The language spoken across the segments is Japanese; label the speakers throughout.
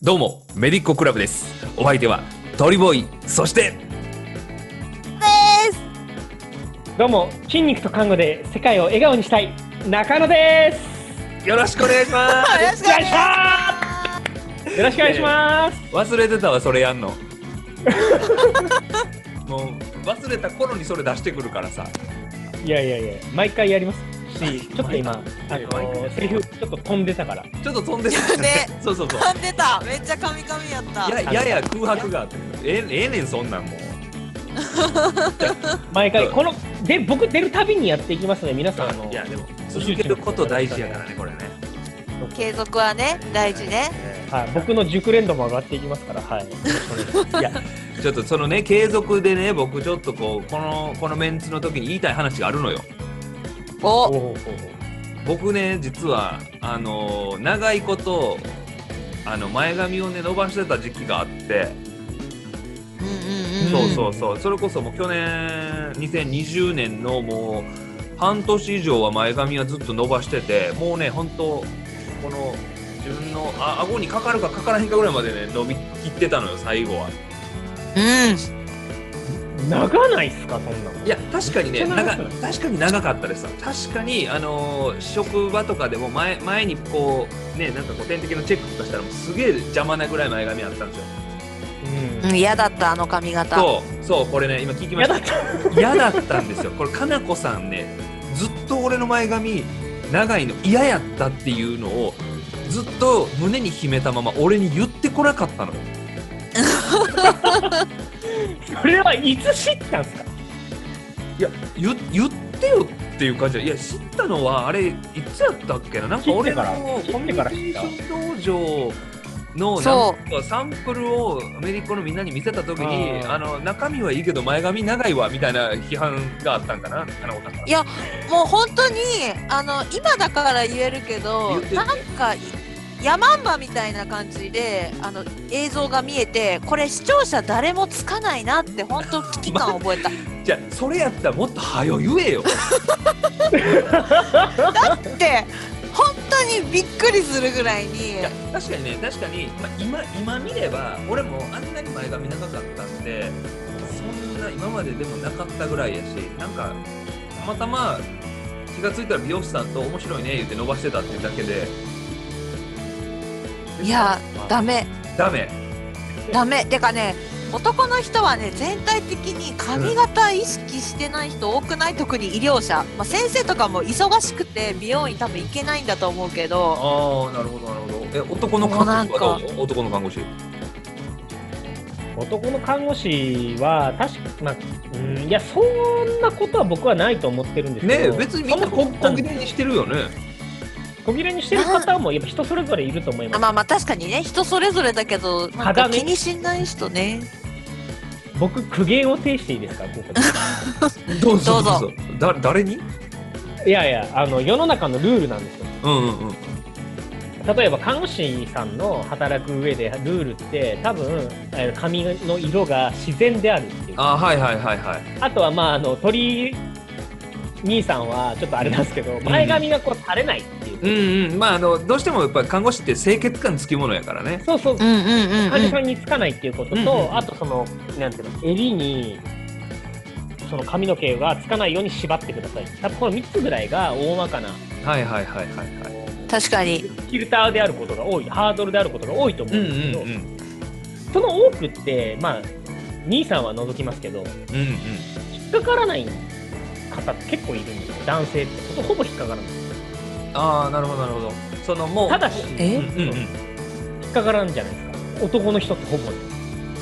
Speaker 1: どうも、メディッコクラブです。お相手は、トリボーイ、そして、
Speaker 2: どうも筋肉と看護で世界を笑顔にしたい中野です
Speaker 1: よろしくお願いしま
Speaker 3: よろしくお願いしま
Speaker 2: よろしくお願いします
Speaker 1: す。忘れてたわ、それやんの。 もう、忘れた頃にそれ出してくるからさ。
Speaker 2: いやいやいや毎回やりますしちょっと今あ
Speaker 1: 毎回や
Speaker 2: の
Speaker 1: る
Speaker 2: セリフちょっと飛んでたから
Speaker 1: ちょっと飛んでた
Speaker 3: ね。
Speaker 1: そうそうそう
Speaker 3: す。。噛んでた。めっちゃカミカミやった。
Speaker 1: ややや空白があって。ええええねん、そんなんもう。
Speaker 2: 毎回
Speaker 1: そう
Speaker 2: こので僕出るたびにやっていきますので皆さんあの
Speaker 1: いや、でも、続けること大事やからね、これね。
Speaker 3: 継続はね、大事ね。
Speaker 2: はい、僕の熟練度も上がっていきますからはい
Speaker 1: いやちょっとそのね継続でね僕ちょっとこうこのこのメンツの時に言いたい話があるのよ
Speaker 3: お、
Speaker 2: お
Speaker 1: 僕ね実はあのー長いことあの前髪をね伸ばしてた時期があって、
Speaker 3: うんうんうん。
Speaker 1: そうそうそうそれこそもう去年2020年のもう半年以上は前髪はずっと伸ばしててもうね本当この自分のあ顎にかかるかかからへんかぐらいまでね伸びきってたのよ最後は
Speaker 3: う
Speaker 2: 長ないっすかそんなの
Speaker 1: いや確かにね
Speaker 2: そんな
Speaker 1: 長
Speaker 2: 長く
Speaker 1: 確かに長かったです確かにあのー職場とかでも前前にこうねなんかこう点滴のチェックとかしたらもうすげえ邪魔なぐらい前髪あったんですよ
Speaker 3: ん。うん、嫌だった、あの髪型。
Speaker 1: そうそうこれね今聞き
Speaker 2: うん
Speaker 1: ま
Speaker 2: や
Speaker 1: した
Speaker 2: だった
Speaker 1: 嫌だったんですよこれかなこさんねずっと俺の前髪長いの嫌やったっていうのをずっと胸に秘めたまま俺に言ってこなかったの
Speaker 2: それはいつ知ったんすか
Speaker 1: いや言言ってよっていう感じでいや知ったのはあれいつやったっけななんか俺の
Speaker 2: 切ってから
Speaker 1: コミュニケーション道場の
Speaker 3: そ
Speaker 1: なんかサンプルをアメリカのみんなに見せた時に
Speaker 2: あー
Speaker 1: あの中身はいいけど前髪長いわみたいな批判があったんかなかなこさんから
Speaker 3: いやもう本当に、あの、今だから言えるけ
Speaker 1: 言
Speaker 3: ど
Speaker 1: ってる、ね
Speaker 3: なんか。ヤマンバみたいな感じであの映像が見えてこれ視聴者誰もつかないなって本当危機感覚 えた
Speaker 1: じゃあそれやったらもっと早よ言えよ
Speaker 3: って本当にびっくりするぐらいに
Speaker 1: いや確かにね確かに、まあ、今今見れば俺もあんなに前髪長かったんでそんな今まででもなかったぐらいやしなんかたまたま気がついたら美容師さんと面白いね言って伸ばしてたっていうだけで
Speaker 3: いやダメ
Speaker 1: ダメ
Speaker 3: ダメてかね男の人はね全体的に髪型意識してない人多くない特に医療者、まあ、先生とかも忙しくて美容院多分行けないんだと思うけど
Speaker 1: ああなるほどなるほどえ男の看護師はどう男の看護師
Speaker 2: 男の看護師は確か、まあ、うんいやそんなことは僕はないと思ってるんですけ
Speaker 1: ねえ
Speaker 2: ど
Speaker 1: 別にみんな
Speaker 2: そ
Speaker 1: 小
Speaker 2: もそも
Speaker 1: 小切れにしてるよね
Speaker 2: 小切れにしてる方もやっぱ人それぞれいると思いま
Speaker 3: あ
Speaker 2: す、
Speaker 3: まあまあ確かにね人それぞれだけどなん
Speaker 2: 肌
Speaker 3: か
Speaker 2: ね
Speaker 3: 気にしない人ね
Speaker 2: 僕苦言を呈していいですか僕
Speaker 1: どう
Speaker 3: ぞどうぞ
Speaker 1: だ誰に
Speaker 2: いやいやあの世の中のルールなんですよ
Speaker 1: うんうんうん
Speaker 2: 例えば看護師さんの働く上でルールって多分えー髪の色が自然であるっていうあ
Speaker 1: あーはいはいはいはい
Speaker 2: とはまああの鳥兄さんはちょっとあれなんですけど前髪がこう垂れないっていう、
Speaker 1: うんうんまああのどうしてもやっぱり看護師って清潔感つきものやからね
Speaker 2: そうそう
Speaker 3: うんうんうん、
Speaker 2: 患者さんにつかないっていうことと、
Speaker 1: うんうん
Speaker 2: あとそのなんていうの襟にその髪の毛がつかないように縛ってください多分この3つぐらいが大まかな
Speaker 1: はいはいはいはいはい
Speaker 3: 確かに
Speaker 2: フィルターであることが多いハードルであることが多いと思うんですけど、
Speaker 1: ん
Speaker 2: その多くってまあ兄さんは除きますけど
Speaker 1: うん
Speaker 2: 引っかからない方って結構いるんですよ男性ってほとほぼ引っかからない
Speaker 1: ああなるほどなるほどそのもう
Speaker 2: ただし
Speaker 3: え
Speaker 1: うんうんうん
Speaker 2: 引っかからんじゃないですか男の人ってほぼ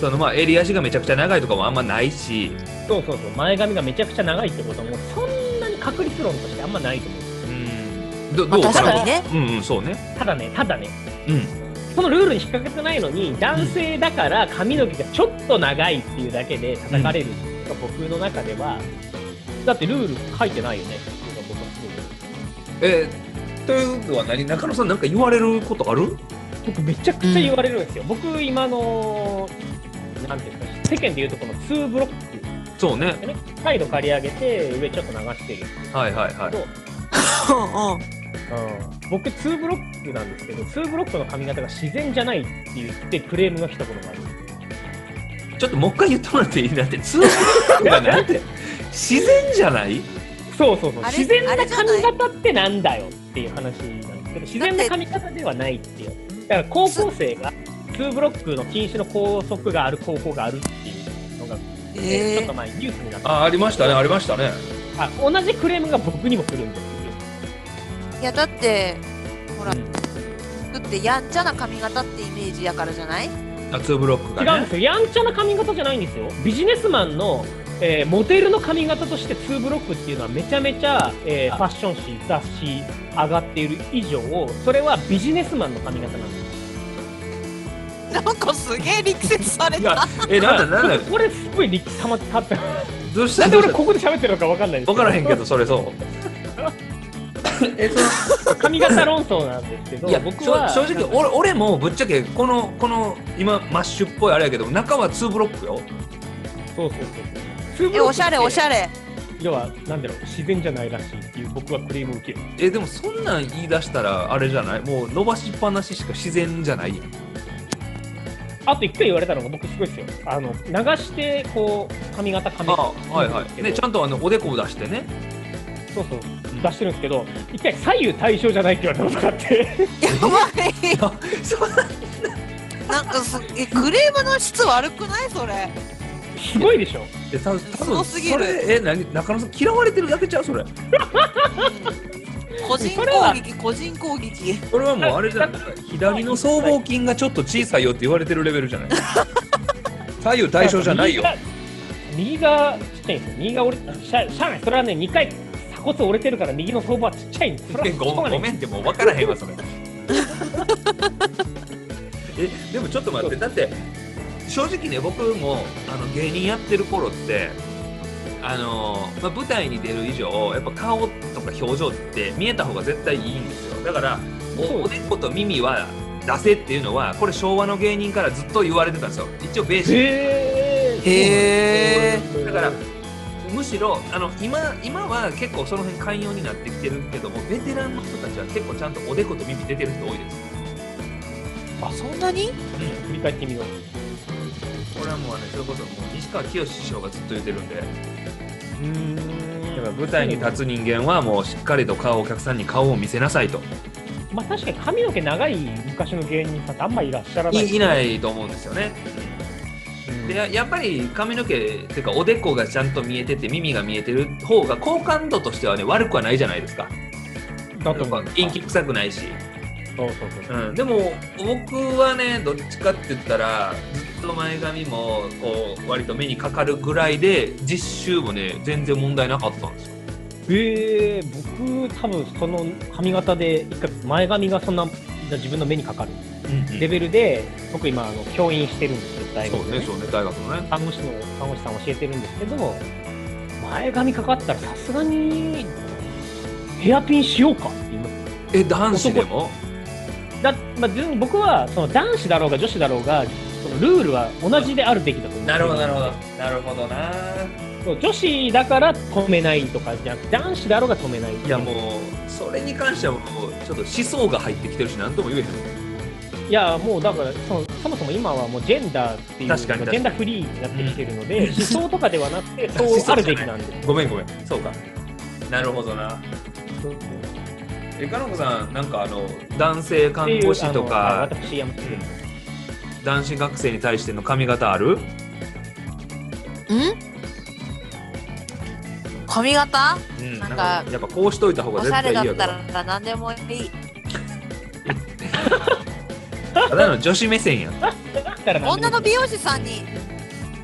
Speaker 1: そのまあ襟足がめちゃくちゃ長いとかもあんまないし
Speaker 2: そうそうそう前髪がめちゃくちゃ長いってこともそんなに確率論としてあんまないと思うんです
Speaker 1: うんど
Speaker 3: まあ
Speaker 1: どう
Speaker 3: 確
Speaker 2: かに
Speaker 3: ね
Speaker 1: うんうんそうね
Speaker 2: ただねただね
Speaker 1: うん
Speaker 2: そのルールに引っ掛けてないのに男性だから髪の毛がちょっと長いっていうだけで叩かれるのが僕の中では、だってルール書いてないよねっていうのが僕はすごい
Speaker 1: えーというのは何中野さんなんか言われることある
Speaker 2: 僕めちゃくちゃ言われるんですよ、僕今のなんていうんですか世間でいうとこの2ブロック
Speaker 1: そうね
Speaker 2: でねサイド刈り上げて上ちょっと流してるんです
Speaker 1: はいはいは
Speaker 2: け
Speaker 1: い
Speaker 2: ど、うん、僕2ブロックなんですけど2ブロックの髪型が自然じゃないって言ってクレームが来たことがある
Speaker 1: ちょっともう一回言ってもらっていいだって通常がなん て自然じゃない
Speaker 2: そうそうそう
Speaker 3: あれ
Speaker 2: 自然
Speaker 3: あ
Speaker 2: な
Speaker 3: れじゃない
Speaker 2: 髪型ってなんだよっていう話なんですけど自然な髪型ではないっていうだから高校生が2ブロックの禁止の校則がある高校があるっていうのが、
Speaker 3: え
Speaker 2: ちょっと
Speaker 3: ー、
Speaker 2: 前ニュースになって
Speaker 1: あありましたねありましたね
Speaker 2: あ同じクレームが僕にも来るんですよ、
Speaker 3: いやだってほら
Speaker 2: うん
Speaker 3: 服ってやんちゃな髪型ってイメージやからじゃない
Speaker 1: あツーブロック
Speaker 2: 違う
Speaker 1: がね
Speaker 2: んですよやんちゃな髪型じゃないんですよビジネスマンの、えーモデルの髪型として2ブロックっていうのはめちゃめちゃ、えーファッション誌雑誌上がっている以上それはビジネスマンの髪型なんです
Speaker 3: なんかすげえ力説され
Speaker 1: い
Speaker 3: た
Speaker 1: やえなんだなんだ
Speaker 2: これすごい力たまってたって
Speaker 1: どうした
Speaker 2: なんで
Speaker 1: どうし
Speaker 2: 俺
Speaker 1: た
Speaker 2: ここで喋ってるのかわかんないです
Speaker 1: 分からへんけ
Speaker 2: ど
Speaker 1: どそれそうえその
Speaker 2: 髪型論争なんですけど
Speaker 1: いや
Speaker 2: 僕
Speaker 1: 僕
Speaker 2: は
Speaker 1: は正直俺俺もぶっちゃけこのこの今マッシュっぽいあれやけど中は2ブロックよ
Speaker 2: そうそうそう
Speaker 3: えおしゃれおし
Speaker 2: れ
Speaker 3: ゃれ
Speaker 2: 要はなんだろう自然じゃないらしいっていう僕はクレームを受ける
Speaker 1: えでもそんなん言い出したらあれじゃないもう伸ばしっぱなししか自然じゃないやん
Speaker 2: あと一回言われたのが僕すごいですよあの流してこう髪型髪
Speaker 1: あ
Speaker 2: 型
Speaker 1: はいはいねちゃんとあのおでこを出してね
Speaker 2: そうそう出してるんですけど一回左右対称じゃないって言われたことがあって
Speaker 3: やばい
Speaker 1: そう
Speaker 3: なんかすえクレームの質悪くないそれ
Speaker 2: すごいでしょ
Speaker 1: えた多
Speaker 3: すご
Speaker 1: 分
Speaker 3: すぎる
Speaker 1: それえ何中野さん嫌われてるだけちゃうそれ
Speaker 3: 個人攻撃個人攻撃
Speaker 1: これはもうあれじゃない左の僧帽筋がちょっと小さいよって言われてるレベルじゃない左右対称じゃないよ
Speaker 2: 右が右がちっちゃいんですよ右が折れしゃしゃあないそれはね2回鎖骨折れてるから右の相場はちっちゃいんですそれはしょ う
Speaker 1: ご
Speaker 2: がない
Speaker 1: ごめんってもう分からへんわそれ えでもちょっと待ってだって正直ね僕もあの芸人やってる頃ってあの、まあ、舞台に出る以上やっぱ顔とか表情って見えた方が絶対いいんですよだから
Speaker 2: そう
Speaker 1: おおでこと耳は出せっていうのはこれ昭和の芸人からずっと言われてたんですよ一応ベーシック
Speaker 2: へ
Speaker 3: へ
Speaker 2: ー
Speaker 1: だからむしろあの今今は結構その辺寛容になってきてるけどもベテランの人たちは結構ちゃんとおでこと耳出てる人多いです、
Speaker 3: あそんなに
Speaker 2: 振り返ってみよう
Speaker 1: これはもうねそれこそもう西川きよし師匠がずっと言ってるんで舞台に立つ人間はもうしっかりと顔お客さんに顔を見せなさいと
Speaker 2: まあ確かに髪の毛長い昔の芸人さんってあんまいらっしゃらない、
Speaker 1: いいないいと思うんですよね
Speaker 2: うん
Speaker 1: でややっぱり髪の毛っていうかおでこがちゃんと見えてて耳が見えてる方が好感度としてはね悪くはないじゃないですか
Speaker 2: だと思う
Speaker 1: 陰気臭くないし
Speaker 2: そうそうそう
Speaker 1: うん、でも僕はねどっちかって言ったらずっと前髪もこう割と目にかかるぐらいで実習もね全然問題なかったんですよ
Speaker 2: えー、僕、多分その髪型で、一回前髪がそんな自分の目にかかるレ
Speaker 1: で
Speaker 2: ベルで、僕、今あの、教員してるんですけど、大
Speaker 1: そ
Speaker 2: 学
Speaker 1: う
Speaker 2: で、
Speaker 1: ねそうね大学のね
Speaker 2: 看護師の看護師さん教えてるんですけど、前髪かかったら、さすがにヘアピンしようかって言います。
Speaker 1: え男子でも
Speaker 2: だまあ、自分僕はその男子だろうが女子だろうが、そのルールは同じであるべきだと思う
Speaker 1: なるほどな
Speaker 2: そう女子だから止めないとかじゃなくて、男子だろうが止めない
Speaker 1: いやもうそれに関してはもうちょっと思想が入ってきてるし何とも言えへん
Speaker 2: いやもうだからそのそもそも今はもうジェンダーっていう
Speaker 1: 確かに確かに
Speaker 2: ジェンダーフリーになってきてるので、思想とかではなく て
Speaker 1: 思
Speaker 2: そう
Speaker 1: 想
Speaker 2: あるべきなんです
Speaker 1: ごめんごめんそうかなるほどなえかのこさんなんかあの男性看護師と
Speaker 2: っ
Speaker 1: か
Speaker 2: ていうあの私山口
Speaker 1: 男子学生に対しての髪型ある
Speaker 3: ん髪型
Speaker 1: うん、な
Speaker 3: な
Speaker 1: んん
Speaker 3: か
Speaker 1: かやっぱこうしといた方が
Speaker 3: お
Speaker 1: 絶
Speaker 3: しゃ
Speaker 1: 対い
Speaker 3: れ
Speaker 1: い
Speaker 3: だ
Speaker 1: や
Speaker 3: っ
Speaker 1: ろ
Speaker 3: たら何でもいい
Speaker 1: ただの女子目 線やん
Speaker 2: だったら
Speaker 3: 女の
Speaker 2: ビ
Speaker 3: 美容師さんに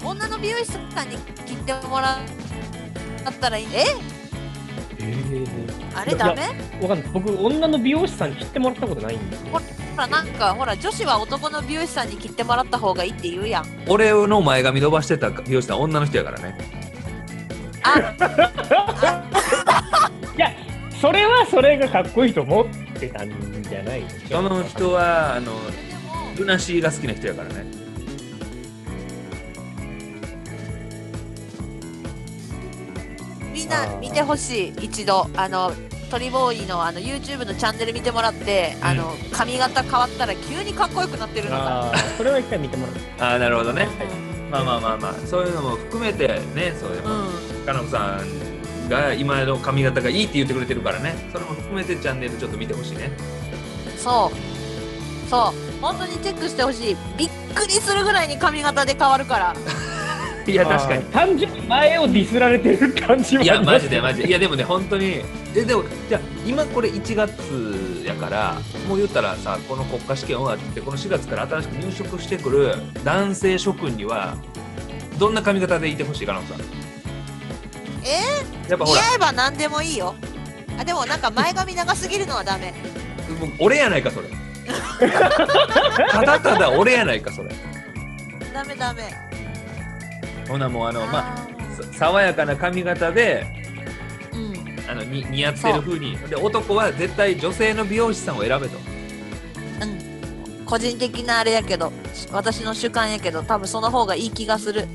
Speaker 3: 女の美容師さんに切ってもらったらいいえあれダメ
Speaker 2: わかんない僕女の美容師さんに切ってもらったことないんですよ
Speaker 3: ほらなんかほら女子は男の美容師さんに切ってもらった方がいいって言うやん
Speaker 1: 俺の前髪伸ばしてた美容師さん女の人やからね
Speaker 3: あ
Speaker 2: いやそれはそれがかっこいいと思ってたんじゃないです
Speaker 1: その人はあの
Speaker 3: それでも
Speaker 1: ルナシーが好きな人やからね
Speaker 3: みん
Speaker 2: あ
Speaker 3: な
Speaker 2: ー
Speaker 3: 見てほしい一度あのトリボーイのあの YouTube のチャンネル見てもらって、あの髪型変わったら急にかっこよくなってるのが、
Speaker 2: あーそれは一回見てもらって
Speaker 1: ああなるほどね
Speaker 3: うん
Speaker 1: まあまあまあまあそういうのも含めてねそういう
Speaker 3: うん
Speaker 1: かのこさんが今の髪型がいいって言ってくれてるからねそれも含めてチャンネルちょっと見てほしいね
Speaker 3: そうそう本当にチェックしてほしいびっくりするぐらいに髪型で変わるから
Speaker 1: いや確かに
Speaker 2: あー単純に前をディスられてる感じはい
Speaker 1: やマジで
Speaker 2: マ
Speaker 1: マジでいやでもね本当にえでもじゃあ今これ1月やからもう言ったらさこの国家試験終わってこの4月から新しく入職してくる男性諸君にはどんな髪型でいてほしいかなさんえやっぱほ
Speaker 3: 似
Speaker 1: ら
Speaker 3: 合えば何でもいいよあでもなんか前髪長すぎるのはダメ
Speaker 1: もう俺やないかそれただただ俺やないかそれ
Speaker 3: ダメダメ
Speaker 1: ほなもうあのまあ
Speaker 3: あー
Speaker 1: さ爽やかな髪型で
Speaker 3: うん
Speaker 1: あのに似合ってる風にで男は絶対女性の美容師さんを選べと
Speaker 3: うん個人的なあれやけど私の主観やけど多分その方がいい気がする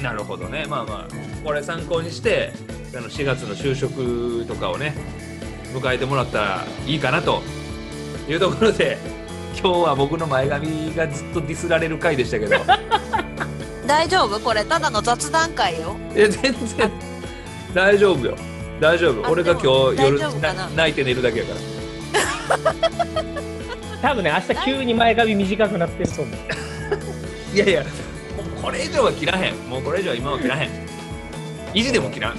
Speaker 1: なるほどねまあまあこれ参考にしてあの4月の就職とかをね迎えてもらったらいいかなというところで今日は僕の前髪がずっとディスられる回でしたけどい
Speaker 3: 大丈夫これただの雑談会よ
Speaker 1: や全然大丈夫よ大丈夫
Speaker 3: あ
Speaker 1: 俺が
Speaker 3: でも
Speaker 1: 今日夜
Speaker 3: 大丈夫かな
Speaker 1: な泣いて寝るだけやから
Speaker 2: 多分ね明日急に前髪短くなってると思う
Speaker 1: いやいやもうこれ以上は切らへんもうこれ以上は今は切らへん意地でも切らん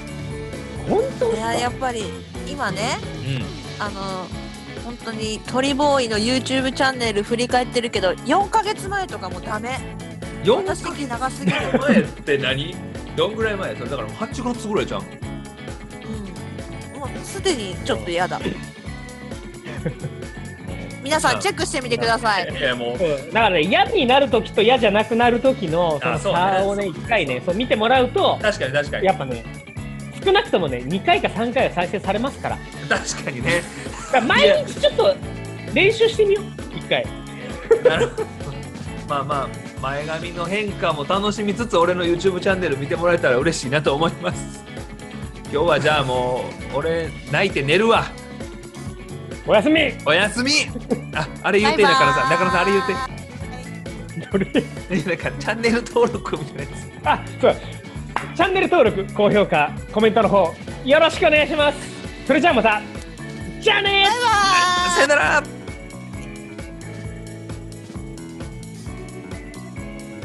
Speaker 2: 本当
Speaker 3: いややっぱり今ね
Speaker 1: うん
Speaker 3: あの本当にトリボーイの YouTube チャンネル振り返ってるけど4ヶ月前とかもダメ
Speaker 1: 4
Speaker 3: 私的長すぎる、
Speaker 1: 年前って何どんぐらい前それだからもう8月ぐらいじゃん
Speaker 3: うん、もうすでにちょっと嫌だ 皆さんチェックしてみてください
Speaker 1: いやもう
Speaker 2: うんだからね嫌になる時と嫌じゃなくなる時のそ
Speaker 1: あ
Speaker 2: の
Speaker 1: そうね
Speaker 2: 差をね一回ねそう見てもらうと
Speaker 1: 確かに確かに
Speaker 2: やっぱね少なくともね2回か3回は再生されますから
Speaker 1: 確かにね
Speaker 2: だから毎日ちょっと練習してみよう1回
Speaker 1: なるほどまあまあ前髪の変化も楽しみつつ俺の YouTube チャンネル見てもらえたら嬉しいなと思います今日はじゃあもう俺泣いて寝るわ
Speaker 2: おやすみ
Speaker 1: おやすみああれ言うて中野さん中野さんあれ言うて
Speaker 3: て
Speaker 2: どれ
Speaker 1: い やなんかチャンネル登録みたいなやつ
Speaker 2: あそうチャンネル登録高評価コメントの方よろしくお願いしますそれじゃあまたじゃあねー
Speaker 1: さよなら